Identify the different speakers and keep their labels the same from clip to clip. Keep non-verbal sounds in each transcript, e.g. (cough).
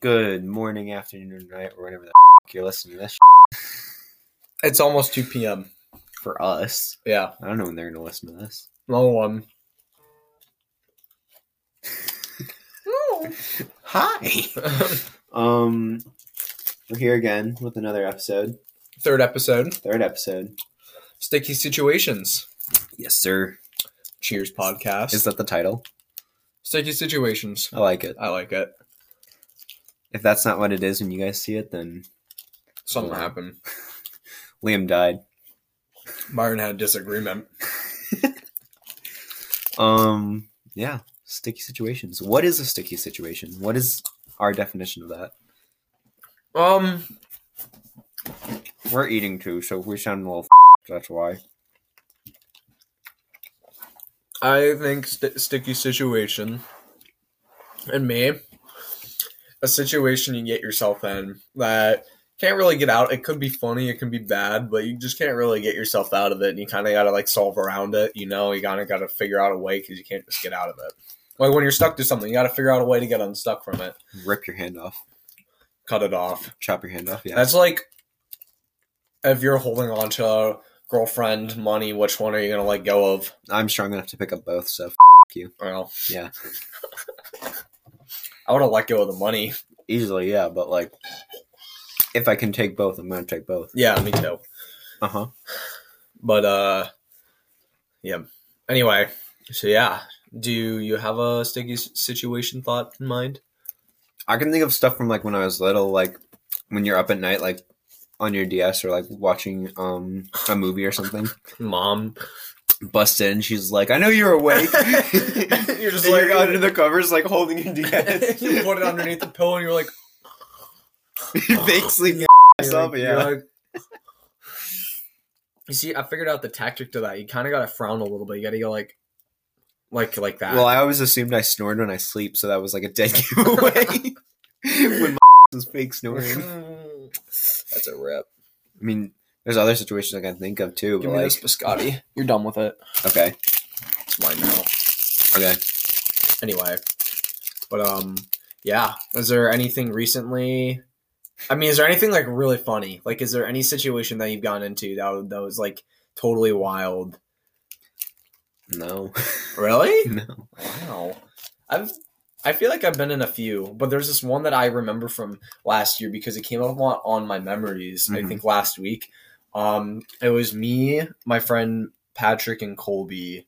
Speaker 1: Good morning, afternoon, or night, or whenever the f- you're listening to this
Speaker 2: It's almost 2 p.m.
Speaker 1: sh- for us.
Speaker 2: Yeah.
Speaker 1: I don't know when they're going to listen to this. (laughs)
Speaker 2: No one.
Speaker 1: Hi. Um, we're here again with another episode,
Speaker 2: Third episode
Speaker 1: third episode.
Speaker 2: Sticky Situations.
Speaker 1: Yes, sir.
Speaker 2: Cheers podcast.
Speaker 1: Is that the title?
Speaker 2: Sticky Situations.
Speaker 1: I like it.
Speaker 2: I like it.
Speaker 1: If that's not what it is when you guys see it, then
Speaker 2: Something
Speaker 1: Cool.
Speaker 2: happened.
Speaker 1: Liam died.
Speaker 2: Byron had a disagreement.
Speaker 1: Um, yeah, sticky situations. What is a sticky situation? What is our definition of that?
Speaker 2: Um,
Speaker 1: We're eating too, so we sound a little. F- that's why.
Speaker 2: I think st- sticky situation, and me, a situation you get yourself in that can't really get out. It could be funny, it can be bad, but you just can't really get yourself out of it. And you kind of got to like solve around it. You know, you kind of got to figure out a way because you can't just get out of it. Like when you're stuck to something, you got to figure out a way to get unstuck from it.
Speaker 1: Rip your hand off.
Speaker 2: Cut it off.
Speaker 1: Chop your hand off. Yeah.
Speaker 2: That's like if you're holding on to a girlfriend, money. Which one are you gonna let go of?
Speaker 1: I'm strong enough to pick up both, so f- you.
Speaker 2: Well,
Speaker 1: Yeah.
Speaker 2: (laughs) I would have let go of the money.
Speaker 1: Easily, yeah, but like if I can take both, I'm gonna take both.
Speaker 2: Yeah, me too.
Speaker 1: Uh
Speaker 2: Uh-huh.
Speaker 1: huh.
Speaker 2: But uh yeah. Anyway, so yeah, do you have a sticky s- situation thought in mind?
Speaker 1: I can think of stuff from like when I was little, like when you're up at night, like on your DS or like watching um a movie or something.
Speaker 2: Mom.
Speaker 1: Bust in, she's like, I know you're
Speaker 2: (laughs)
Speaker 1: awake.
Speaker 2: You're just
Speaker 1: And
Speaker 2: like-
Speaker 1: you're under the covers, like holding your
Speaker 2: (laughs)
Speaker 1: DS.
Speaker 2: you put it underneath the pillow and you're (laughs) like
Speaker 1: You're fake (laughs) sleeping
Speaker 2: you're
Speaker 1: yourself,
Speaker 2: like-
Speaker 1: yeah.
Speaker 2: you're like- (laughs) You see, I figured out the tactic to that. You kinda gotta frown a little bit. You gotta go like like like that. (laughs)
Speaker 1: Well, I always assumed I snored when I sleep, so that was like a dead (laughs) giveaway. when (laughs) my was fake
Speaker 2: (laughs)
Speaker 1: snoring. I
Speaker 2: That's a rip.
Speaker 1: mean, there's other situations I can think of too, but
Speaker 2: Give me
Speaker 1: like,
Speaker 2: this biscotti. You're done with it.
Speaker 1: okay,
Speaker 2: It's mine now.
Speaker 1: okay.
Speaker 2: anyway but um yeah is there anything recently i mean is there anything like really funny like is there any situation that you've gotten into that, that was like totally wild
Speaker 1: No,
Speaker 2: really
Speaker 1: no.
Speaker 2: wow i've i feel like i've been in a few but there's this one that i remember from last year because it came up on, on my memories i
Speaker 1: Mhm.
Speaker 2: think last week um it was me my friend patrick and colby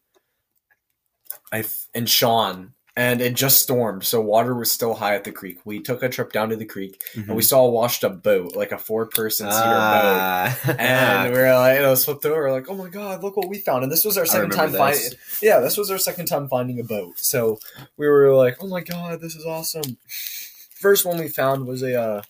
Speaker 2: I f- and Sean, and it just stormed, so water was still high at the creek. We took a trip down to the creek,
Speaker 1: (laughs)
Speaker 2: and we saw a washed up boat, like a four person cedar
Speaker 1: Ah.
Speaker 2: boat.
Speaker 1: (laughs)
Speaker 2: And we were like, it was flipped over, we're like, oh my god, look what we found! And this was our second time
Speaker 1: remember
Speaker 2: finding.
Speaker 1: this.
Speaker 2: Yeah, this was our second time finding a boat. So we were like, oh my god, this is awesome. First one we found was a uh,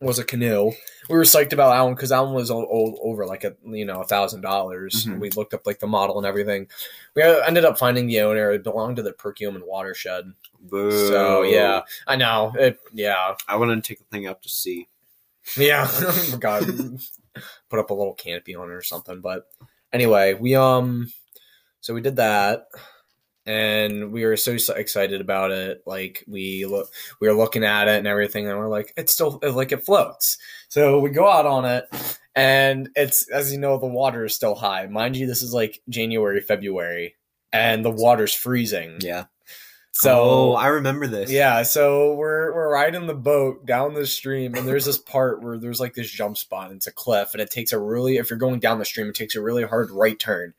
Speaker 2: was a canoe. We were psyched about that one because that one was all, all over like a you know a thousand dollars.
Speaker 1: Mhm.
Speaker 2: We looked up like the model and everything. We uh, ended up finding the owner. It belonged to the Perkiomen watershed.
Speaker 1: Boo.
Speaker 2: (laughs) So yeah, I know. It, yeah,
Speaker 1: I want to take the thing up to see. (laughs)
Speaker 2: yeah. Oh, God, (laughs) put up a little canopy on it or something. But anyway, we um, so we did that, and we were so s- excited about it. Like we look, we were looking at it and everything, and we're like, it's still like it floats. So we go out on it, and it's as you know, the water is still high. Mind you, this is like January, February, and the water's freezing.
Speaker 1: Yeah.
Speaker 2: So
Speaker 1: oh, I remember this.
Speaker 2: yeah, so we're we're riding the boat down the stream, and there's this (laughs) part where there's like this jump spot, and it's a cliff, and it takes a really if you're going down the stream, it takes a really hard right turn.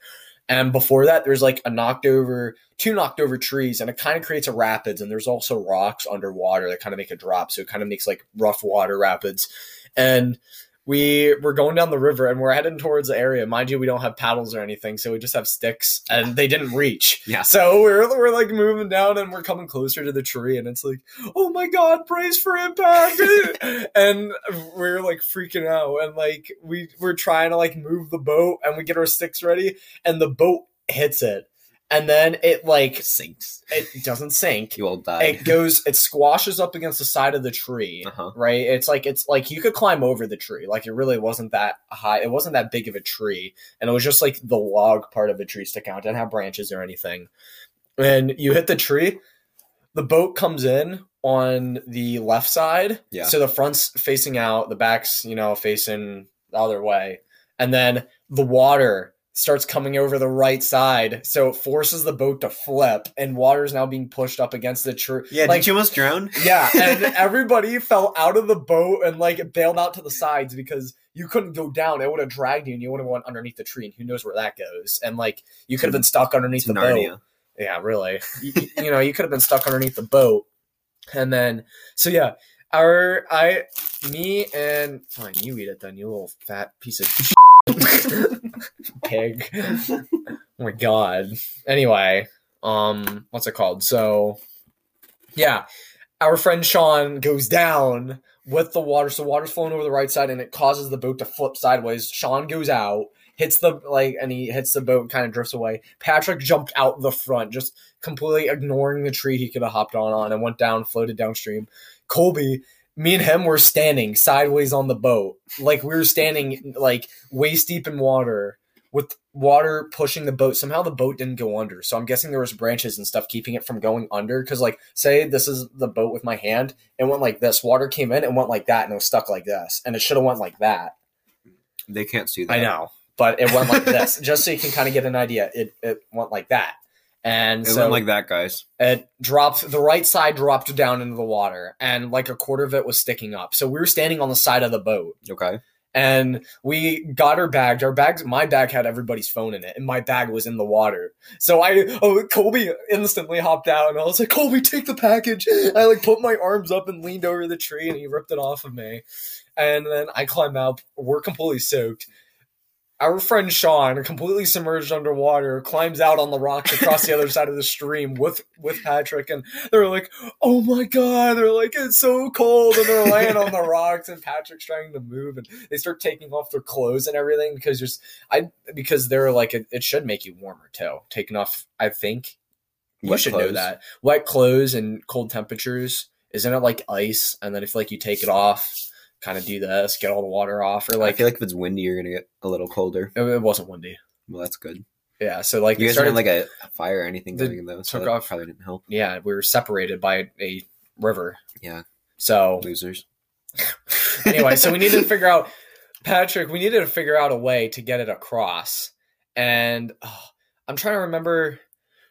Speaker 2: And before that, there's like a knocked over, two knocked over trees, and it kind of creates a rapids. And there's also rocks underwater that kind of make a drop, so it kind of makes like rough water rapids. And we we're going down the river, and we're heading towards the area. Mind you, we don't have paddles or anything, so we just have sticks, and they didn't reach.
Speaker 1: Yeah.
Speaker 2: So we're we're like moving down and we're coming closer to the tree and it's like, oh my god, praise for impact. (laughs) and we're like freaking out and like we we're trying to like move the boat and we get our sticks ready and the boat hits it. And then it like
Speaker 1: Sinks.
Speaker 2: it
Speaker 1: (laughs)
Speaker 2: doesn't sink.
Speaker 1: You all
Speaker 2: It
Speaker 1: died.
Speaker 2: goes it squashes up against the side of the tree.
Speaker 1: Uh-huh.
Speaker 2: Right? It's like it's like you could climb over the tree. Like it really wasn't that high. It wasn't that big of a tree. And it was just like the log part of the tree sticking out. It didn't have branches or anything. And you hit the tree the boat comes in on the left side.
Speaker 1: Yeah.
Speaker 2: So the front's facing out, the back's, you know, facing the other way. And then the water starts coming over the right side. So it forces the boat to flip, and water is now being pushed up against the tree.
Speaker 1: Yeah,
Speaker 2: Like-
Speaker 1: did you almost drown?
Speaker 2: Yeah, and everybody fell out of the boat and like bailed out to the sides because you couldn't go down. It would have dragged you and you would have went underneath the tree and who knows where that goes. And like you could have been stuck underneath
Speaker 1: It's
Speaker 2: the boat.
Speaker 1: Narnia.
Speaker 2: Yeah, really. (laughs) you, you know, you could have been stuck underneath the boat. And then so yeah, our I me and fine, you eat it then, you little fat piece of shit. (laughs) pig. oh my god. Anyway, um what's it called? So yeah, our friend Sean goes down with the water. So water's flowing over the right side and it causes the boat to flip sideways. Sean goes out, hits the like and he hits the boat and kind of drifts away. Patrick jumped out the front, just completely ignoring the tree he could have hopped on on and went down, floated downstream. Colby me and him were standing sideways on the boat. Like we were standing like waist deep in water with water pushing the boat. Somehow the boat didn't go under. So I'm guessing there was branches and stuff keeping it from going under. Cause like say this is the boat with my hand and went like this. Water came in and went like that and it was stuck like this. And it should have went like that.
Speaker 1: They can't see that.
Speaker 2: I know. But it went like this. Just so you can kind of get an idea. It it went like that. And
Speaker 1: It
Speaker 2: so
Speaker 1: went like that, guys.
Speaker 2: it dropped the right side dropped down into the water and like a quarter of it was sticking up so we were standing on the side of the boat
Speaker 1: Okay.
Speaker 2: and we got her bagged our bags my bag had everybody's phone in it and my bag was in the water so i oh colby instantly hopped out and i was like colby take the package i like put my arms up and leaned over the tree and he ripped it off of me and then i climb out we're completely soaked our friend Sean, completely submerged underwater, climbs out on the rocks across the other side of the stream with with Patrick, and they're like, "Oh my god!" They're like, "It's so cold," and they're laying on the rocks, and Patrick's trying to move, and they start taking off their clothes and everything because there's I because they're like it, it should make you warmer too, taking off. I think you
Speaker 1: Wet
Speaker 2: should know
Speaker 1: clothes.
Speaker 2: that wet clothes and cold temperatures isn't it like ice? And then if like you take it off, kind of do this, get all the water off, or
Speaker 1: I
Speaker 2: like
Speaker 1: feel like if it's windy, you're gonna get a little colder.
Speaker 2: it, it wasn't windy.
Speaker 1: Well, that's good.
Speaker 2: Yeah, so like
Speaker 1: you
Speaker 2: it
Speaker 1: guys
Speaker 2: started
Speaker 1: didn't like a a fire or anything
Speaker 2: They
Speaker 1: going though, so
Speaker 2: took
Speaker 1: that
Speaker 2: off-
Speaker 1: probably didn't help.
Speaker 2: yeah, we were separated by a river.
Speaker 1: Yeah.
Speaker 2: So
Speaker 1: Losers.
Speaker 2: (laughs) anyway, so we needed to figure out Patrick, we needed to figure out a way to get it across. And oh, I'm trying to remember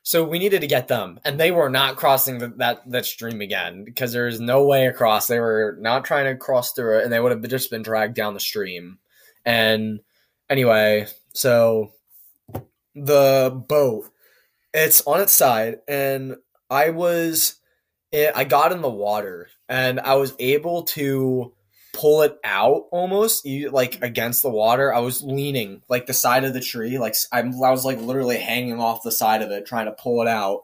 Speaker 2: so we needed to get them and they were not crossing the, that that stream again because there is no way across. They were not trying to cross through it and they would have just been dragged down the stream. And anyway, so the boat it's on its side and I was it, I got in the water and I was able to pull it out almost you, like against the water. I was leaning like the side of the tree, like s- I'm, I was like literally hanging off the side of it trying to pull it out,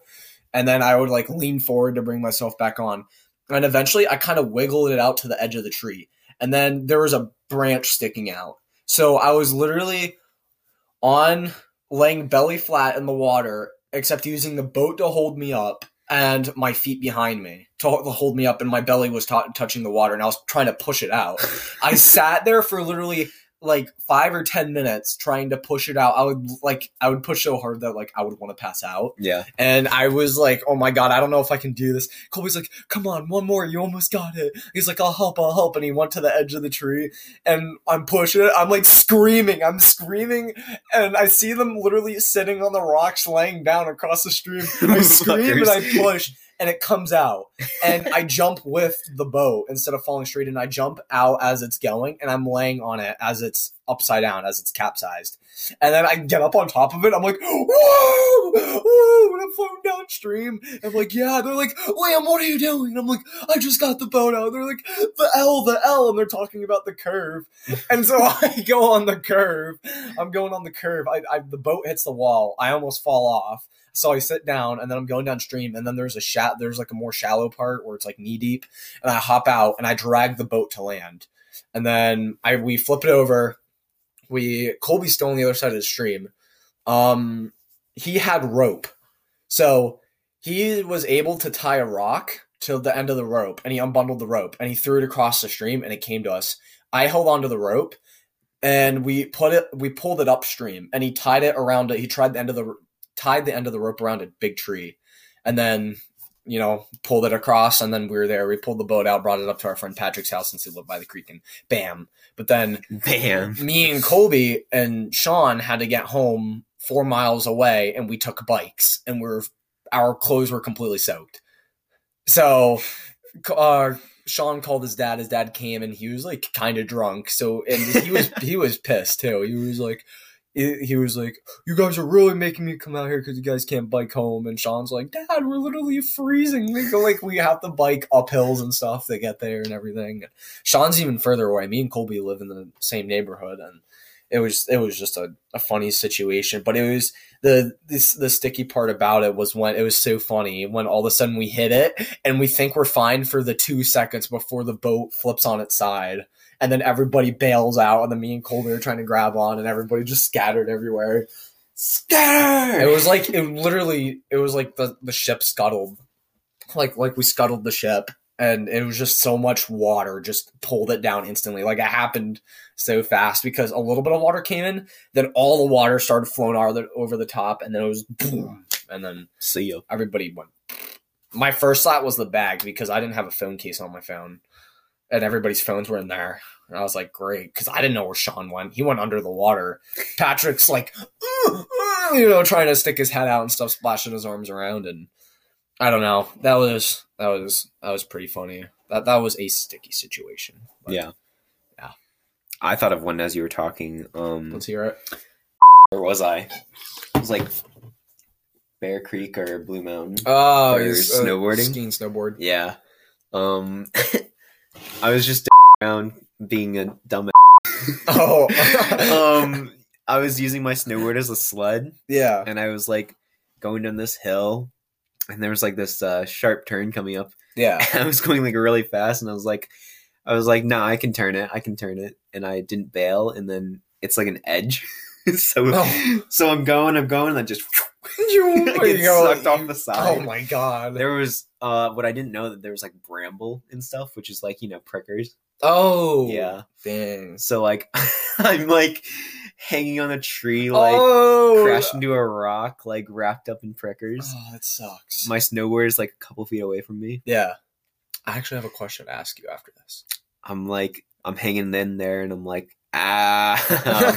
Speaker 2: and then I would like lean forward to bring myself back on, and eventually I kind of wiggled it out to the edge of the tree, and then there was a branch sticking out, so I was literally on laying belly flat in the water, except using the boat to hold me up and my feet behind me to ho- to hold me up, and my belly was t- touching the water, and I was trying to push it out. I sat there for literally like five or ten minutes trying to push it out. I would like I would push so hard that like I would want to pass out.
Speaker 1: (laughs) Yeah.
Speaker 2: And I was like, oh my God, I don't know if I can do this. Colby's like, come on, one more. You almost got it. He's like, I'll help, I'll help. And he went to the edge of the tree and I'm pushing it. I'm like screaming, I'm screaming. And I see them literally sitting on the rocks, laying down across the stream. I scream and I
Speaker 1: Motherfuckers.
Speaker 2: push and it comes out. And I jump with the boat instead of falling straight. And I jump out as it's going and I'm laying on it as it's upside down, as it's capsized. And then I get up on top of it. I'm like, whoa, whoa, and I'm floating downstream. I'm like, yeah. They're like, Liam, what are you doing? And I'm like, I just got the boat out. They're like, the L, the L. And they're talking about the curve. And so (laughs) I go on the curve. I'm going on the curve. I, I The boat hits the wall. I almost fall off. So I sit down and then I'm going downstream. And then there's a shat, there's like a more shallow part where it's like knee deep. And I hop out and I drag the boat to land. And then I we flip it over we Colby's still on the other side of the stream. Um, he had rope, so he was able to tie a rock to the end of the rope, and he unbundled the rope and he threw it across the stream, and it came to us. I held onto the rope, and we put it, we pulled it upstream, and he tied it around. He tried the end of the tied the end of the rope around a big tree, and then you know, pulled it across, and then we were there. We pulled the boat out, brought it up to our friend Patrick's house since he lived by the creek, and bam. But then
Speaker 1: Bam.
Speaker 2: me and Colby and Sean had to get home four miles away, and we took bikes, and we're our clothes were completely soaked. So, uh, Sean called his dad. His dad came, and he was like kind of drunk. So, and he was he was pissed too. He was like. He he was like, "You guys are really making me come out here because you guys can't bike home." And Sean's like, "Dad, we're literally freezing. We go like we have to bike up hills and stuff to get there and everything." Sean's even further away. Me and Colby live in the same neighborhood, and it was it was just a, a funny situation. But it was the this the sticky part about it was when it was so funny when all of a sudden we hit it and we think we're fine for the two seconds before the boat flips on its side. And then everybody bails out, and then me and Colby are trying to grab on, and everybody just scattered everywhere.
Speaker 1: Scared.
Speaker 2: It was like it literally, it was like the, the ship scuttled, like like we scuttled the ship, and it was just so much water just pulled it down instantly. Like it happened so fast because a little bit of water came in, then all the water started flowing out the, over the top, and then it was boom, and then
Speaker 1: See you.
Speaker 2: everybody went. My first thought was the bag because I didn't have a phone case on my phone, and everybody's phones were in there. And I was like, great, because I didn't know where Sean went. He went under the water. Patrick's like, "Ugh, ugh," you know, trying to stick his head out and stuff, splashing his arms around, and I don't know. That was that was that was pretty funny. That that was a sticky situation. But
Speaker 1: Yeah.
Speaker 2: Yeah.
Speaker 1: I thought of one as you were talking. Um,
Speaker 2: let's hear it.
Speaker 1: where was I? It was like Bear Creek or Blue Mountain.
Speaker 2: Oh,
Speaker 1: For
Speaker 2: he's, uh,
Speaker 1: snowboarding?
Speaker 2: skiing, snowboard. (laughs)
Speaker 1: Yeah. Um, (laughs) I was just around being a
Speaker 2: (laughs)
Speaker 1: dumb.
Speaker 2: Oh, (laughs)
Speaker 1: um, I was using my snowboard as a sled,
Speaker 2: yeah.
Speaker 1: and I was like going down this hill, and there was like this uh, sharp turn coming up. (laughs)
Speaker 2: Yeah.
Speaker 1: I was going like really fast, and I was like, I was like, nah, I can turn it, I can turn it, and I didn't bail, and then it's like an edge, (laughs) so
Speaker 2: Oh.
Speaker 1: so I'm going, I'm going, and I just (laughs)
Speaker 2: (laughs)
Speaker 1: I get sucked off the side.
Speaker 2: Oh my god.
Speaker 1: there was uh, what I didn't know that there was like bramble and stuff, which is like you know prickers.
Speaker 2: Oh
Speaker 1: Yeah.
Speaker 2: things.
Speaker 1: So like, (laughs) I'm like hanging on a tree, like
Speaker 2: oh,
Speaker 1: crashed into a rock, like wrapped up in prickers.
Speaker 2: Oh, that sucks.
Speaker 1: My snowboard is like a couple feet away from me.
Speaker 2: yeah, I actually have a question to ask you after
Speaker 1: (laughs)
Speaker 2: this.
Speaker 1: I'm like, I'm hanging in there, and I'm like, ah,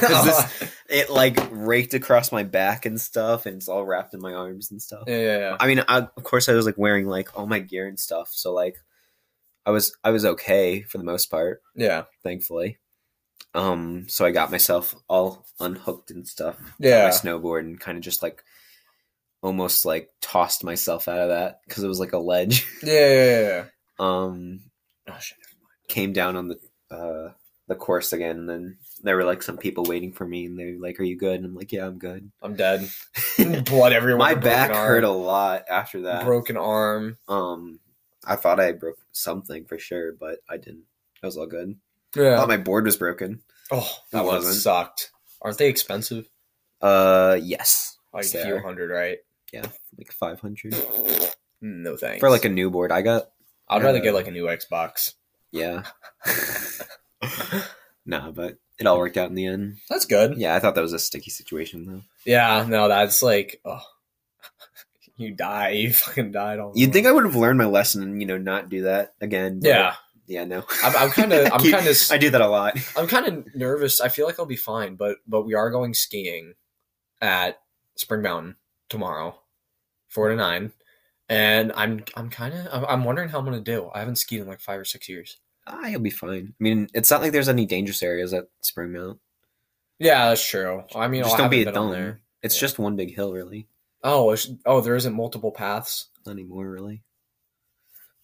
Speaker 1: (laughs) 'Cause this- it like raked across my back and stuff, and it's all wrapped in my arms and stuff.
Speaker 2: (laughs) yeah, yeah, yeah.
Speaker 1: I mean, I, of course, I was like wearing like all my gear and stuff, so like, I was I was okay for the most part.
Speaker 2: yeah,
Speaker 1: thankfully. Um, so I got myself all unhooked and stuff. on
Speaker 2: Yeah.
Speaker 1: My snowboard and kind of just like almost like tossed myself out of that because it was like a ledge. (laughs)
Speaker 2: yeah, yeah, yeah.
Speaker 1: Um,
Speaker 2: Oh shit.
Speaker 1: came down on the uh the course again, and then there were like some people waiting for me, and they're like, "Are you good?" And I'm like, "Yeah, I'm good." (laughs)
Speaker 2: I'm dead. Blood everywhere.
Speaker 1: My
Speaker 2: broken
Speaker 1: back
Speaker 2: arm,
Speaker 1: hurt a lot after that.
Speaker 2: Broken arm.
Speaker 1: Um, I thought I broke something for sure, but I didn't. It was all good. I
Speaker 2: Yeah.
Speaker 1: thought my board was broken.
Speaker 2: oh,
Speaker 1: that
Speaker 2: that one
Speaker 1: wasn't.
Speaker 2: sucked. Aren't they expensive?
Speaker 1: Uh, yes,
Speaker 2: Like a few
Speaker 1: Fair.
Speaker 2: hundred, right?
Speaker 1: like five hundred.
Speaker 2: No thanks.
Speaker 1: for like a new board. I got
Speaker 2: I'd rather
Speaker 1: uh,
Speaker 2: get like a new Xbox. (laughs)
Speaker 1: yeah. nah, but it all worked out in the end.
Speaker 2: That's good.
Speaker 1: Yeah, I thought that was a sticky situation though.
Speaker 2: Yeah, no, that's like, oh, (laughs) you die, you fucking died all.
Speaker 1: You'd think I would have learned my lesson and you know not do that again. but-
Speaker 2: Yeah,
Speaker 1: yeah, no.
Speaker 2: I'm- I'm kinda- I'm
Speaker 1: (laughs) I keep-
Speaker 2: kinda-
Speaker 1: I do that a lot.
Speaker 2: I'm kind of nervous. I feel like I'll be fine, but but we are going skiing at Spring Mountain tomorrow, four to nine, and I'm I'm kind of I'm, I'm wondering how I'm gonna do. I haven't skied in like five or six years.
Speaker 1: Ah, you'll be fine. I mean, it's not like there's any dangerous areas at Spring Mount.
Speaker 2: Yeah, that's true. I mean,
Speaker 1: just
Speaker 2: I
Speaker 1: don't be a
Speaker 2: haven't been on
Speaker 1: dumb.
Speaker 2: there.
Speaker 1: It's
Speaker 2: Yeah.
Speaker 1: just one big hill, really.
Speaker 2: Oh, it's, oh, there isn't multiple paths.
Speaker 1: Not anymore, really.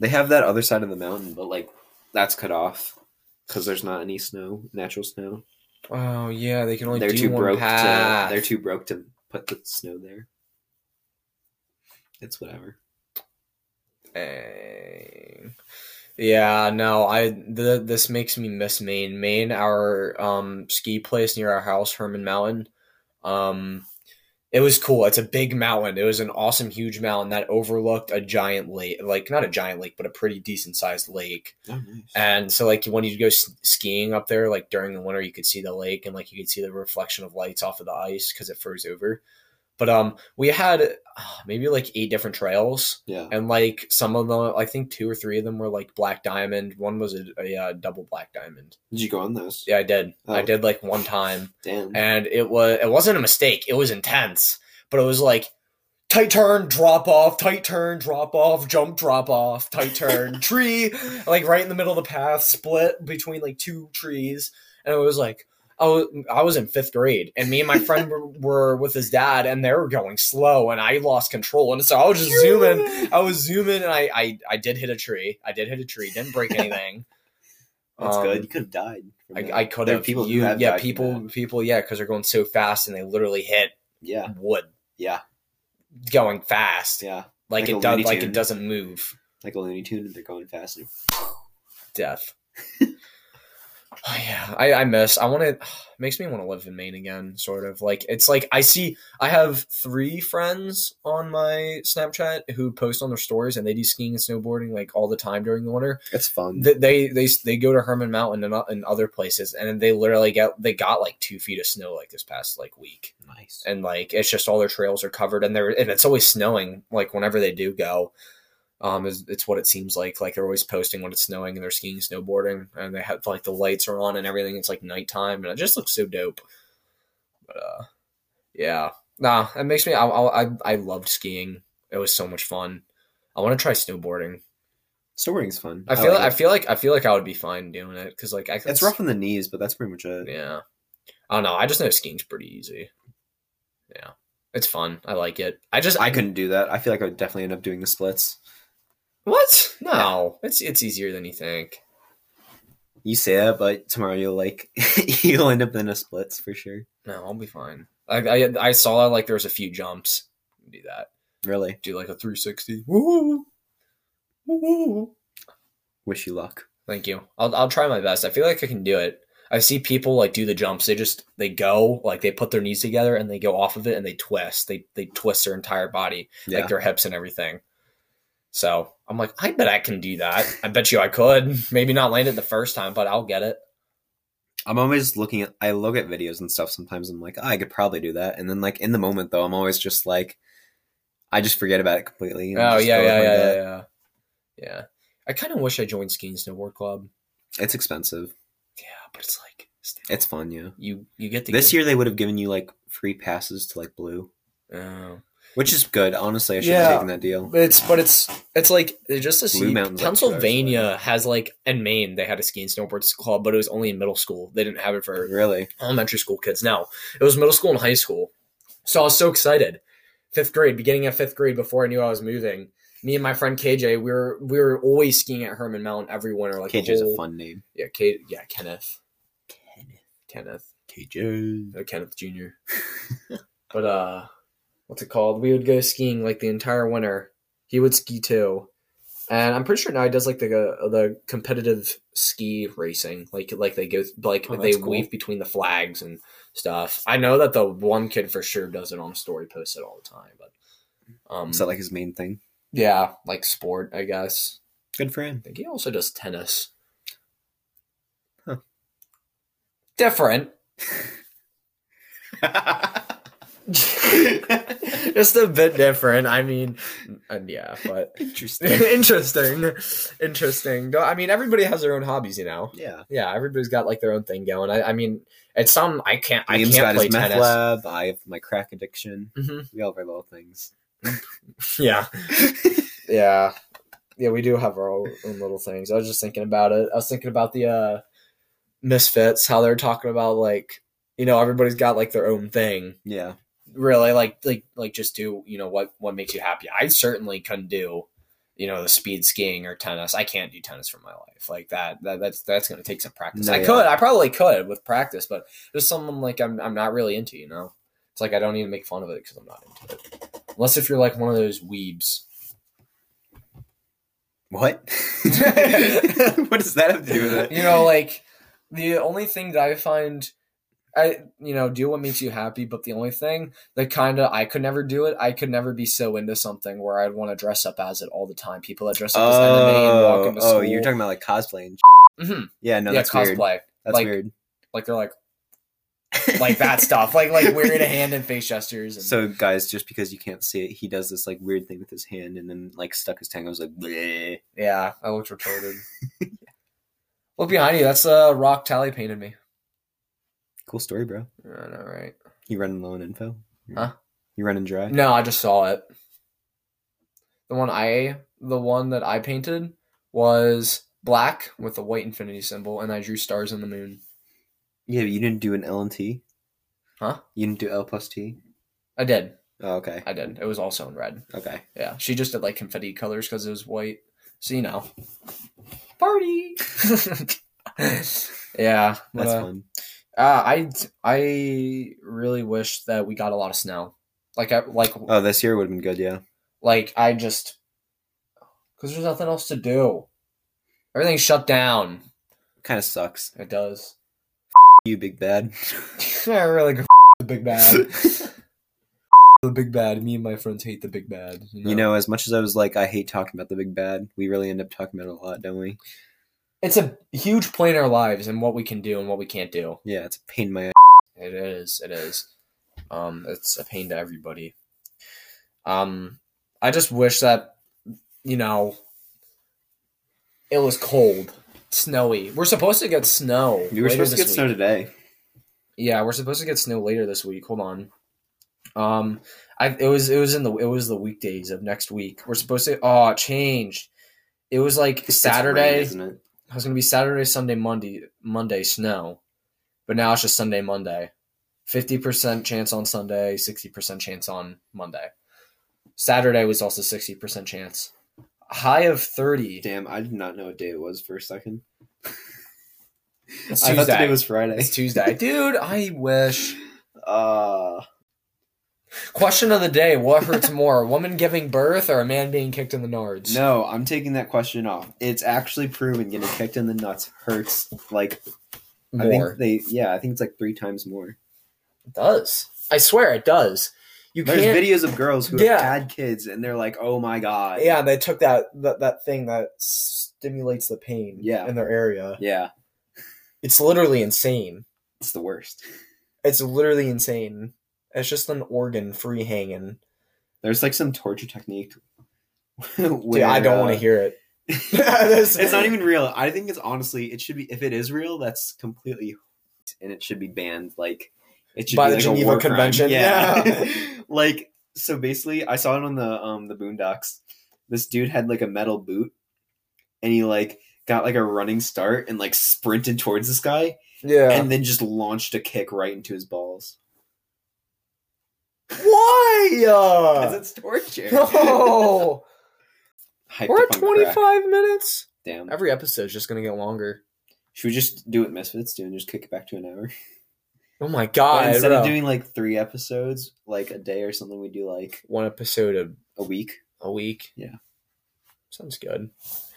Speaker 1: They have that other side of the mountain, but like that's cut off because there's not any snow, natural snow.
Speaker 2: Oh yeah, they can only
Speaker 1: they're
Speaker 2: do
Speaker 1: too
Speaker 2: one
Speaker 1: broke
Speaker 2: path.
Speaker 1: to they're too broke to put the snow there. It's whatever.
Speaker 2: Dang. Yeah, no, I the this makes me miss Maine. Maine, our um ski place near our house, Herman Mountain. Um it was cool. It's a big mountain. It was an awesome huge mountain that overlooked a giant lake, like not a giant lake, but a pretty decent sized lake.
Speaker 1: Oh, nice.
Speaker 2: And so like when you go s- skiing up there like during the winter you could see the lake and like you could see the reflection of lights off of the ice cuz it froze over. But um, we had uh, maybe like eight different trails,
Speaker 1: Yeah.
Speaker 2: and like some of them, I think two or three of them were like black diamond. One was a, a, uh double black diamond.
Speaker 1: Did you go on those?
Speaker 2: Yeah, I did. I
Speaker 1: Oh.
Speaker 2: did like one time,
Speaker 1: Damn.
Speaker 2: and it was it wasn't a mistake. It was intense, but it was like tight turn, drop off, tight turn, drop off, jump, drop off, tight turn, tree, like right in the middle of the path, split between like two trees, and it was like. I was, I was in fifth grade, and me and my friend were, were with his dad, and they were going slow, and I lost control, and so I was just zooming, I was zooming, and I, I, I did hit a tree. I did hit a tree. Didn't break
Speaker 1: (laughs)
Speaker 2: anything.
Speaker 1: That's
Speaker 2: Um,
Speaker 1: good. You could have died. from
Speaker 2: I,
Speaker 1: that.
Speaker 2: I could
Speaker 1: There are
Speaker 2: have.
Speaker 1: people who
Speaker 2: you,
Speaker 1: have
Speaker 2: yeah,
Speaker 1: died from
Speaker 2: people,
Speaker 1: that.
Speaker 2: people, yeah, because they're going so fast and they literally hit
Speaker 1: Yeah.
Speaker 2: wood
Speaker 1: Yeah.
Speaker 2: going fast,
Speaker 1: Yeah.
Speaker 2: like,
Speaker 1: Like a
Speaker 2: it does,
Speaker 1: Looney
Speaker 2: like
Speaker 1: Tune.
Speaker 2: it doesn't move.
Speaker 1: Like a Looney Tune, they're going fast. and- (laughs)
Speaker 2: Death. oh, yeah, I, I miss. I want to. (sighs) Makes me want to live in Maine again. Sort of like it's like I see. I have three friends on my Snapchat who post on their stories, and they do skiing and snowboarding like all the time during the winter.
Speaker 1: That's fun.
Speaker 2: Th- They they they go to Herman Mountain and, o- and other places, and they literally get they got like two feet of snow like this past like week.
Speaker 1: nice.
Speaker 2: and like it's just all their trails are covered and they're and it's always snowing like whenever they do go um is, it's what it seems like like they're always posting when it's snowing and they're skiing snowboarding and they have like the lights are on and everything it's like nighttime and it just looks so dope but uh yeah nah it makes me i i, I- I loved skiing it was so much fun i want to try snowboarding
Speaker 1: Snowboarding's fun.
Speaker 2: i feel
Speaker 1: like
Speaker 2: i,
Speaker 1: it.
Speaker 2: feel like i feel like i would be fine doing it because like i can
Speaker 1: it's rough on the knees, but that's pretty much it.
Speaker 2: yeah. I don't know. I just know skiing's pretty easy. Yeah. It's fun. I like it. I just
Speaker 1: I couldn't do that. I feel like I would definitely end up doing the splits.
Speaker 2: What? No. It's it's easier than you think.
Speaker 1: You say that, but tomorrow you'll like (laughs) you'll end up in a splits for sure.
Speaker 2: No, I'll be fine. I I, I saw like there was a few jumps. Do that.
Speaker 1: Really.
Speaker 2: Do like a 360. Woo. Woo.
Speaker 1: Wish you luck.
Speaker 2: Thank you. I'll I'll try my best. I feel like I can do it. I see people like do the jumps. They just they go like they put their knees together and they go off of it and they twist. They they twist their entire body.
Speaker 1: Yeah.
Speaker 2: like their hips and everything. So I'm like, I bet I can do that. I bet you I could. Maybe not land it the first time, but I'll get it.
Speaker 1: I'm always looking at I look at videos and stuff sometimes I'm like, "Ah, I could probably do that. And then like in the moment though, I'm always just like I just forget about it completely. and
Speaker 2: oh
Speaker 1: just
Speaker 2: yeah,
Speaker 1: go with
Speaker 2: yeah,
Speaker 1: my
Speaker 2: yeah,
Speaker 1: gut.
Speaker 2: yeah, yeah. I kind of wish I joined skiing snowboard club.
Speaker 1: It's expensive.
Speaker 2: Yeah, but it's like still,
Speaker 1: It's fun, yeah.
Speaker 2: you you get the
Speaker 1: This year they would have given you like free passes to like blue,
Speaker 2: Oh.
Speaker 1: which is good. Honestly, I should have
Speaker 2: Yeah.
Speaker 1: taken that deal.
Speaker 2: It's but it's it's like it's just to
Speaker 1: Blue
Speaker 2: see
Speaker 1: Mountain's like two hours
Speaker 2: Pennsylvania has like in Maine they had a skiing snowboard club, but it was only in middle school. They didn't have it for
Speaker 1: Really?
Speaker 2: elementary school kids now. It was middle school and high school. So I was so excited. Fifth grade, beginning of fifth grade, before I knew I was moving. Me and my friend KJ, we were we were always skiing at Herman Mountain every winter. Like the
Speaker 1: KJ's a
Speaker 2: whole-
Speaker 1: fun name.
Speaker 2: yeah, K, yeah, Kenneth, Kenneth,
Speaker 1: KJ.
Speaker 2: uh, Kenneth Junior. (laughs) but uh, what's it called? We would go skiing like the entire winter. He would ski too, and I'm pretty sure now he does like the uh, the competitive ski racing, like like they go like
Speaker 1: Oh,
Speaker 2: they
Speaker 1: that's cool.
Speaker 2: weave between the flags and stuff. I know that the one kid for sure does it on a story, posts it all the time, but um,
Speaker 1: Is that like his main thing?
Speaker 2: yeah, like sport, I guess.
Speaker 1: Good for him.
Speaker 2: I think he also does tennis.
Speaker 1: Huh.
Speaker 2: Different. (laughs) just a bit different. I mean, and yeah, but (laughs)
Speaker 1: Interesting.
Speaker 2: interesting, interesting. No, I mean, everybody has their own hobbies, you know.
Speaker 1: yeah.
Speaker 2: Yeah, everybody's got like their own thing going. I, I mean, it's some I can't. I
Speaker 1: Liam's
Speaker 2: can't
Speaker 1: got
Speaker 2: play
Speaker 1: his meth
Speaker 2: tennis.
Speaker 1: lab. I have my crack addiction.
Speaker 2: hmm
Speaker 1: We all have our little things. (laughs)
Speaker 2: Yeah, yeah, yeah. We do have our own own little things. I was just thinking about it. I was thinking about the uh misfits, how they're talking about like you know everybody's got like their own thing.
Speaker 1: Yeah.
Speaker 2: really like like like just do you know what what makes you happy i certainly couldn't do you know the speed skiing or tennis i can't do tennis for my life like that, that that's that's going to take some practice
Speaker 1: No,
Speaker 2: i
Speaker 1: yeah.
Speaker 2: could i probably could with practice but there's someone like i'm, I'm not really into you know it's like i don't even make fun of it because i'm not into it unless if you're like one of those weebs (laughs)
Speaker 1: What? what does that have to do with it?
Speaker 2: you know like the only thing that i find i you know do what makes you happy but the only thing that kind of i could never do it i could never be so into something where i'd want to dress up as it all the time people that dress up as anime and walk
Speaker 1: Oh,
Speaker 2: into school
Speaker 1: oh, you're talking about like cosplay and
Speaker 2: Mhm.
Speaker 1: Yeah, no,
Speaker 2: yeah
Speaker 1: that's
Speaker 2: cosplay
Speaker 1: weird. That's
Speaker 2: like
Speaker 1: weird.
Speaker 2: like they're like like that stuff, like like wearing a hand and face gestures.
Speaker 1: (laughs)
Speaker 2: And,
Speaker 1: So guys, just because you can't see it, he does this like weird thing with his hand and then like stuck his tongue. I was like, Bleh.
Speaker 2: yeah, I looked retarded. Look behind you. That's a uh, rock Tally painted me.
Speaker 1: cool story, bro.
Speaker 2: I know, right?
Speaker 1: You running low on info?
Speaker 2: Huh?
Speaker 1: You running dry?
Speaker 2: No, I just saw it. The one I the one that I painted was black with a white infinity symbol, and I drew stars and the moon.
Speaker 1: Yeah, but you didn't do an L and T.
Speaker 2: Huh?
Speaker 1: You didn't do L plus T.
Speaker 2: I did.
Speaker 1: Oh, okay.
Speaker 2: I did. It was also in red.
Speaker 1: Okay.
Speaker 2: Yeah, she just did like confetti colors because it was white. So you know, party. (laughs) yeah, but,
Speaker 1: That's
Speaker 2: uh,
Speaker 1: fun.
Speaker 2: uh, I I really wish that we got a lot of snow. Like I like
Speaker 1: Oh, this year would have been good, yeah.
Speaker 2: like I just because there's nothing else to do. Everything's shut down.
Speaker 1: Kind of sucks.
Speaker 2: It does. (laughs)
Speaker 1: You big bad. (laughs)
Speaker 2: I really go (laughs) the big bad. the big bad. Me and my friends hate the big bad.
Speaker 1: You know, as much as I was like, I hate talking about the big bad, we really end up talking about it a lot, don't we?
Speaker 2: it's a huge play in our lives and what we can do and what we can't do.
Speaker 1: Yeah, it's a pain in my ass.
Speaker 2: It is. It is. Um, it's a pain to everybody. Um, I just wish that you know it was cold, snowy. We're supposed to get snow.
Speaker 1: We were
Speaker 2: later
Speaker 1: supposed to
Speaker 2: this
Speaker 1: get snow
Speaker 2: week.
Speaker 1: today.
Speaker 2: Yeah, we're supposed to get snow later this week. Hold on. Um, I it was it was in the it was the weekdays of next week. We're supposed to. Oh, it changed. It was like
Speaker 1: It's
Speaker 2: Saturday.
Speaker 1: rain, isn't it?
Speaker 2: It was gonna be Saturday, Sunday, Monday, Monday snow, but now it's just Sunday, Monday. Fifty percent chance on Sunday, sixty percent chance on Monday. Saturday was also sixty percent chance. High of thirty.
Speaker 1: Damn, I did not know what day it was for a second.
Speaker 2: It's
Speaker 1: I thought
Speaker 2: Tuesday.
Speaker 1: today was Friday.
Speaker 2: it's Tuesday, dude. I wish.
Speaker 1: (laughs) Uh,
Speaker 2: Question of the day: What (laughs) hurts more, a woman giving birth or a man being kicked in the nards?
Speaker 1: no, I'm taking that question off. It's actually proven getting kicked in the nuts hurts like I
Speaker 2: more.
Speaker 1: think they yeah, I think it's like three times more.
Speaker 2: it does. I swear it does. You
Speaker 1: There's
Speaker 2: can't.
Speaker 1: videos of girls who
Speaker 2: Yeah.
Speaker 1: have had kids and they're like, "Oh my god."
Speaker 2: yeah, and they took that, that that thing that stimulates the pain.
Speaker 1: Yeah.
Speaker 2: in their area.
Speaker 1: Yeah,
Speaker 2: It's literally insane.
Speaker 1: it's the worst.
Speaker 2: It's literally insane. It's just an organ free hanging.
Speaker 1: There's like some torture technique. (laughs)
Speaker 2: Dude,
Speaker 1: where,
Speaker 2: I don't
Speaker 1: uh,
Speaker 2: want to hear
Speaker 1: (laughs)
Speaker 2: it.
Speaker 1: It's not even real. I think it's honestly it should be if it is real, that's completely (laughs) and it should be banned like it should
Speaker 2: By
Speaker 1: be
Speaker 2: the
Speaker 1: like a
Speaker 2: Geneva
Speaker 1: war crime.
Speaker 2: Convention?
Speaker 1: Yeah. (laughs)
Speaker 2: (laughs)
Speaker 1: like so basically I saw it on the um the Boondocks. This dude had like a metal boot and he like got like a running start and like sprinted towards this guy
Speaker 2: Yeah.
Speaker 1: and then just launched a kick right into his balls.
Speaker 2: why?
Speaker 1: Because
Speaker 2: Uh,
Speaker 1: it's torture.
Speaker 2: (laughs)
Speaker 1: (laughs)
Speaker 2: no.
Speaker 1: Hyped
Speaker 2: We're
Speaker 1: up
Speaker 2: at
Speaker 1: on
Speaker 2: 25
Speaker 1: crack.
Speaker 2: minutes.
Speaker 1: Damn.
Speaker 2: Every episode's just going to get longer.
Speaker 1: Should we just do what Misfits do and just kick it back to an hour?
Speaker 2: Oh my
Speaker 1: But
Speaker 2: god.
Speaker 1: instead
Speaker 2: bro.
Speaker 1: of doing like three episodes, like a day or something, we do like
Speaker 2: one episode a,
Speaker 1: a week.
Speaker 2: a week.
Speaker 1: Yeah.
Speaker 2: Sounds good.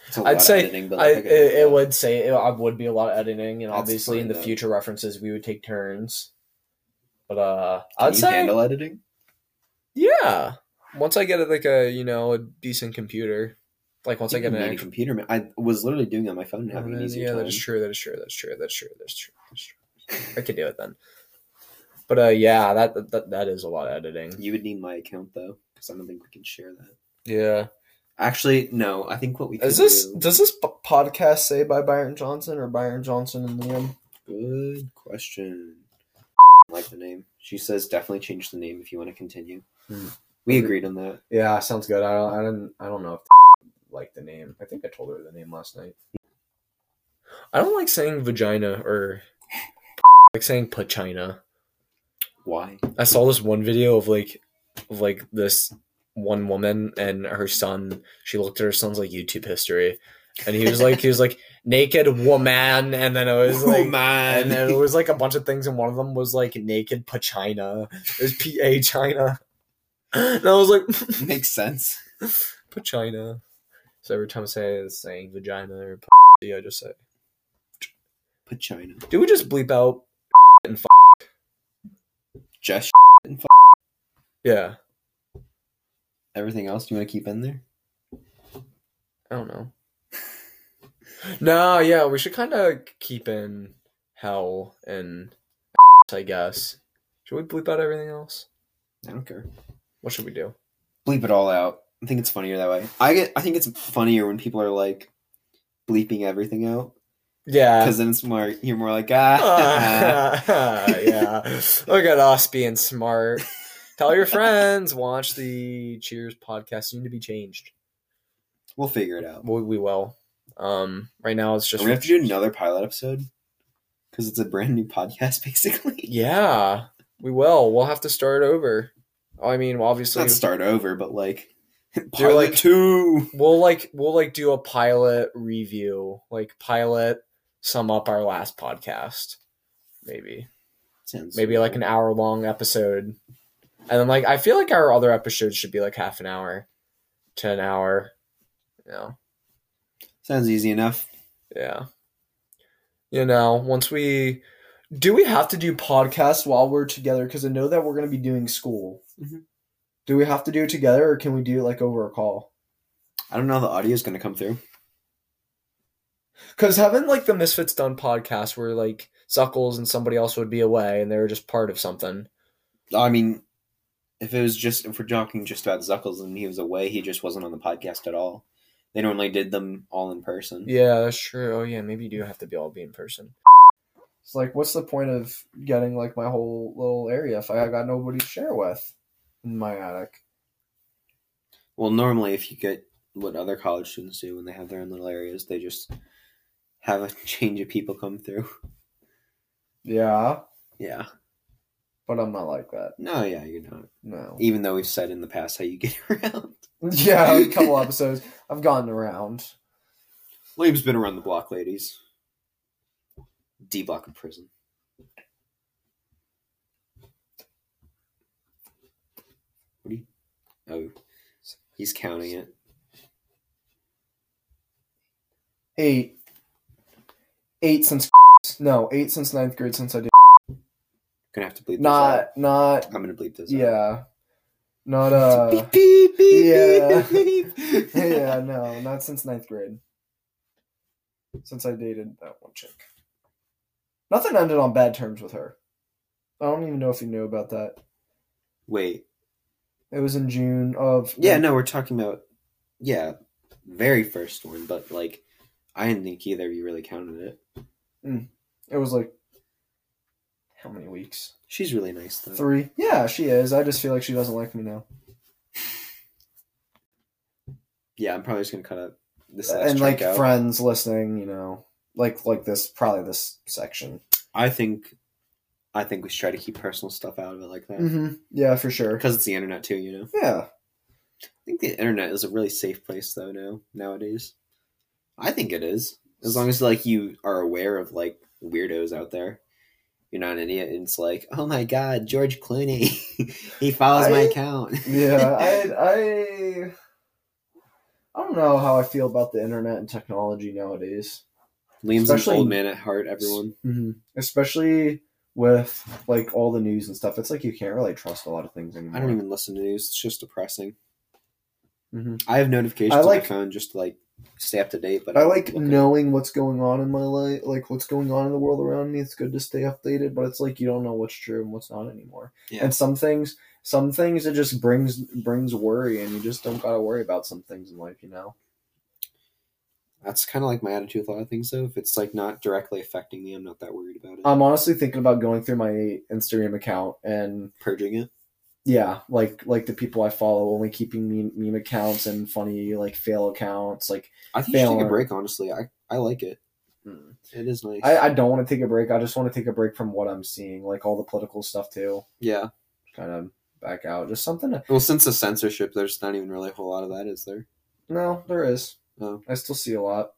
Speaker 1: It's a
Speaker 2: I'd say
Speaker 1: editing, but
Speaker 2: I,
Speaker 1: like, I can do
Speaker 2: it, it
Speaker 1: that.
Speaker 2: would say it, I would be a lot of editing, and
Speaker 1: That's
Speaker 2: obviously in
Speaker 1: fine,
Speaker 2: the
Speaker 1: though.
Speaker 2: future references we would take turns. But uh,
Speaker 1: Can
Speaker 2: I'd
Speaker 1: you
Speaker 2: say
Speaker 1: handle editing.
Speaker 2: Yeah. Once I get like a you know a decent computer, like once I
Speaker 1: You
Speaker 2: get an
Speaker 1: need a
Speaker 2: actual.
Speaker 1: computer. man. I was literally doing it on my phone and having an easier
Speaker 2: Yeah,
Speaker 1: time.
Speaker 2: that is true. That is true. That's true. That's true. That's true. That's true. I could do it then. But uh, yeah, that that that is a lot of editing.
Speaker 1: You would need my account though, because I don't think we can share that.
Speaker 2: Yeah.
Speaker 1: Actually, no. I think what we
Speaker 2: Is
Speaker 1: could
Speaker 2: this
Speaker 1: do-
Speaker 2: does this p- podcast say by Byron Johnson or Byron Johnson and Liam?
Speaker 1: Good question. Like the name. She says definitely change the name if you want to continue.
Speaker 2: Hmm.
Speaker 1: We agreed on that.
Speaker 2: Yeah, sounds good. I don't I didn't I don't know if like the (laughs) name. I think I told her the name last night. I don't like saying vagina or (laughs) like saying pachina.
Speaker 1: Why?
Speaker 2: I saw this one video of like of like this one woman and her son. She looked at her son's like YouTube history, and he was like he was like naked woman, and then it was like.
Speaker 1: Oh, man.
Speaker 2: And then it was like a bunch of things, and one of them was like naked pachina. It was P A China. And I was like,
Speaker 1: (laughs) Makes sense.
Speaker 2: pachina. So every time I say it, it's saying vagina or p- I just say,
Speaker 1: Put China.
Speaker 2: do we just bleep out?
Speaker 1: Just and f-
Speaker 2: Yeah.
Speaker 1: everything else. Do you want to keep in there?
Speaker 2: I don't know. no, yeah, we should kind of keep in hell and (laughs) I guess. Should we bleep out everything else?
Speaker 1: I don't care.
Speaker 2: What should we do?
Speaker 1: Bleep it all out. I think it's funnier that way. I get. I think it's funnier when people are like bleeping everything out
Speaker 2: Yeah.
Speaker 1: because then it's more. You're more like ah.
Speaker 2: (laughs) yeah. Look at us being smart. Tell your friends. Watch the Cheers podcast soon to be changed.
Speaker 1: we'll figure it out.
Speaker 2: We, we will. Um, right now it's just
Speaker 1: we have to do another pilot episode because it's a brand new podcast, (laughs) basically.
Speaker 2: yeah. We will. We'll have to start over. I mean, obviously,
Speaker 1: Not start over, but like
Speaker 2: You're
Speaker 1: pilot
Speaker 2: like-
Speaker 1: two.
Speaker 2: we'll like we'll like do a pilot review, like pilot sum up our last podcast, maybe
Speaker 1: Sounds
Speaker 2: maybe like an hour long episode, and then like I feel like our other episodes should be like half an hour to an hour, you know,
Speaker 1: sounds easy enough.
Speaker 2: yeah, you know, once we. Do we have to do podcasts while we're together? Because I know that we're going to be doing school.
Speaker 1: Mhm.
Speaker 2: Do we have to do it together, or can we do it like over a call?
Speaker 1: I don't know how the audio is going to come through.
Speaker 2: Because haven't like the Misfits done podcast where like Suckles and somebody else would be away and they were just part of something?
Speaker 1: I mean, if it was just if we're talking just about Zuckles and he was away, he just wasn't on the podcast at all. They normally did them all in person.
Speaker 2: Yeah, that's true. Oh yeah, maybe you do have to be all be in person. It's like, what's the point of getting like my whole little area if I got nobody to share with in my attic?
Speaker 1: Well, normally if you get what other college students do when they have their own little areas, they just have a (laughs) change of people come through.
Speaker 2: Yeah,
Speaker 1: Yeah.
Speaker 2: but I'm not like that.
Speaker 1: No, yeah, you're not.
Speaker 2: No.
Speaker 1: Even though we've said in the past how you get (laughs) around.
Speaker 2: (laughs) Yeah, a couple episodes. I've gotten around.
Speaker 1: Liam's been around the block, ladies. D block of prison. What do you? Oh, he's counting it.
Speaker 2: Eight. Eight since (laughs) no, eight since ninth grade since I did
Speaker 1: Gonna have to bleep. This out.
Speaker 2: not not
Speaker 1: I'm gonna bleep this. Out.
Speaker 2: Yeah. Not uh
Speaker 1: (laughs) beep beep beep
Speaker 2: yeah.
Speaker 1: beep. beep.
Speaker 2: (laughs) Yeah, no, not since ninth grade. Since I dated that one chick. Nothing ended on bad terms with her. I don't even know if you knew about that.
Speaker 1: Wait.
Speaker 2: It was in June of
Speaker 1: Yeah. No, we're talking about. Yeah, very first one, but like, I didn't think either of you really counted it.
Speaker 2: It was like how many weeks?
Speaker 1: She's really nice though.
Speaker 2: Three. Yeah, she is. I just feel like she doesn't like me now.
Speaker 1: Yeah, I'm probably just gonna cut up this last
Speaker 2: And
Speaker 1: track
Speaker 2: like
Speaker 1: out.
Speaker 2: friends listening, you know, like like this probably this section.
Speaker 1: I think, I think we should try to keep personal stuff out of it like that
Speaker 2: Mm-hmm. Yeah, for sure.
Speaker 1: because it's the internet too. You know,
Speaker 2: Yeah.
Speaker 1: I think the internet is a really safe place though now nowadays. I think it is as long as like you are aware of like weirdos out there. You're not an idiot. And it's like, oh my god, George Clooney, (laughs) he follows my
Speaker 2: I-
Speaker 1: account. (laughs)
Speaker 2: yeah, I, I, I don't know how I feel about the internet and technology nowadays,
Speaker 1: Liam's
Speaker 2: Especially-
Speaker 1: an old man at heart. Everyone,
Speaker 2: mm-hmm. especially with like all the news and stuff. It's like you can't really trust a lot of things anymore.
Speaker 1: I don't even listen to news. It's just depressing.
Speaker 2: Mhm.
Speaker 1: I have notifications
Speaker 2: I
Speaker 1: on
Speaker 2: like-
Speaker 1: my phone just to like stay up to date. But
Speaker 2: I
Speaker 1: don't
Speaker 2: like
Speaker 1: look at it.
Speaker 2: knowing what's going on in my life, like what's going on in the world around me. It's good to stay updated, but it's like you don't know what's true and what's not anymore.
Speaker 1: Yeah.
Speaker 2: And some things, some things it just brings brings worry, and you just don't gotta worry about some things in life, you know.
Speaker 1: That's kind of like my attitude with a lot of things, though. If it's like not directly affecting me, I'm not that worried about it.
Speaker 2: I'm honestly thinking about going through my Instagram account and
Speaker 1: Purging it.
Speaker 2: yeah like like the people i follow only keeping meme, meme accounts and funny like fail accounts like
Speaker 1: I think you should take
Speaker 2: Failing.
Speaker 1: a break. Honestly, I I like it. It is nice.
Speaker 2: mm. I, I don't want to take a break i just want to take a break from what i'm seeing like all the political stuff too
Speaker 1: yeah.
Speaker 2: kind of back out just something to,
Speaker 1: Well, since the censorship, there's not even really a whole lot of that, is there?
Speaker 2: no there is
Speaker 1: Oh.
Speaker 2: i still see a lot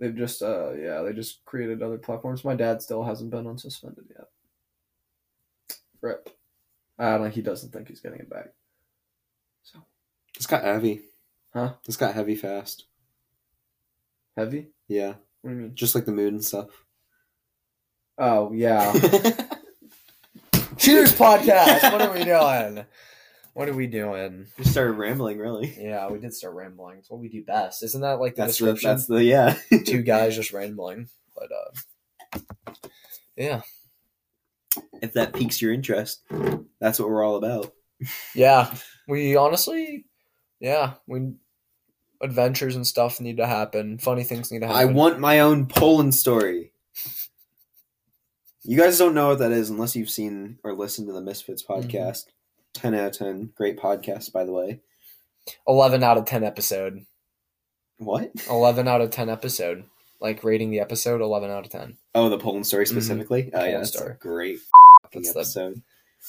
Speaker 2: they've just uh yeah they just created other platforms my dad still hasn't been unsuspended yet rip i don't know he doesn't think he's getting it back so
Speaker 1: It's got heavy.
Speaker 2: Huh?
Speaker 1: It's got heavy fast.
Speaker 2: heavy
Speaker 1: Yeah,
Speaker 2: what do you mean
Speaker 1: just like the mood and
Speaker 2: (laughs)
Speaker 1: stuff.
Speaker 2: oh yeah (laughs) Cheers podcast. What are we doing? What are we doing?
Speaker 1: you started rambling, really.
Speaker 2: Yeah, we did start rambling. It's what we do best. Isn't that like the
Speaker 1: That's the,
Speaker 2: description?
Speaker 1: that's the yeah.
Speaker 2: Two guys just rambling. But uh Yeah.
Speaker 1: if that piques your interest. That's what we're all about.
Speaker 2: Yeah, we honestly, yeah, we adventures and stuff need to happen. Funny things need to happen.
Speaker 1: I want my own Poland story. You guys don't know what that is unless you've seen or listened to the Misfits podcast. 10 out of 10. Great podcast, by the way.
Speaker 2: eleven out of ten episode.
Speaker 1: What?
Speaker 2: Eleven out of ten episode. Like rating the episode, eleven out of ten.
Speaker 1: Oh, the Poland story specifically? Oh, yeah.
Speaker 2: Poland
Speaker 1: That's
Speaker 2: story.
Speaker 1: a great fucking
Speaker 2: That's the,
Speaker 1: episode.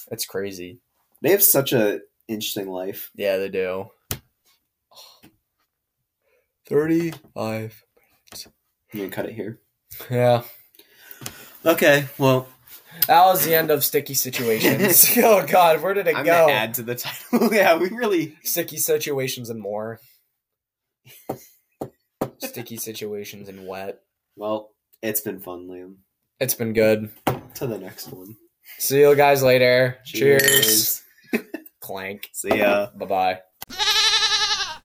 Speaker 2: it's crazy.
Speaker 1: They have such a interesting life.
Speaker 2: Yeah, they do. Thirty-five.
Speaker 1: You can cut it here.
Speaker 2: Yeah,
Speaker 1: Okay, well,
Speaker 2: that was the end of
Speaker 1: (laughs)
Speaker 2: sticky situations. oh God, where did it
Speaker 1: I'm
Speaker 2: go?
Speaker 1: going to add to the title. (laughs) yeah, we really.
Speaker 2: Sticky situations and more. Sticky situations and wet.
Speaker 1: Well, it's been fun, Liam.
Speaker 2: It's been good.
Speaker 1: To the next one.
Speaker 2: See you guys later. Cheers. Clank.
Speaker 1: See ya.
Speaker 2: Bye bye.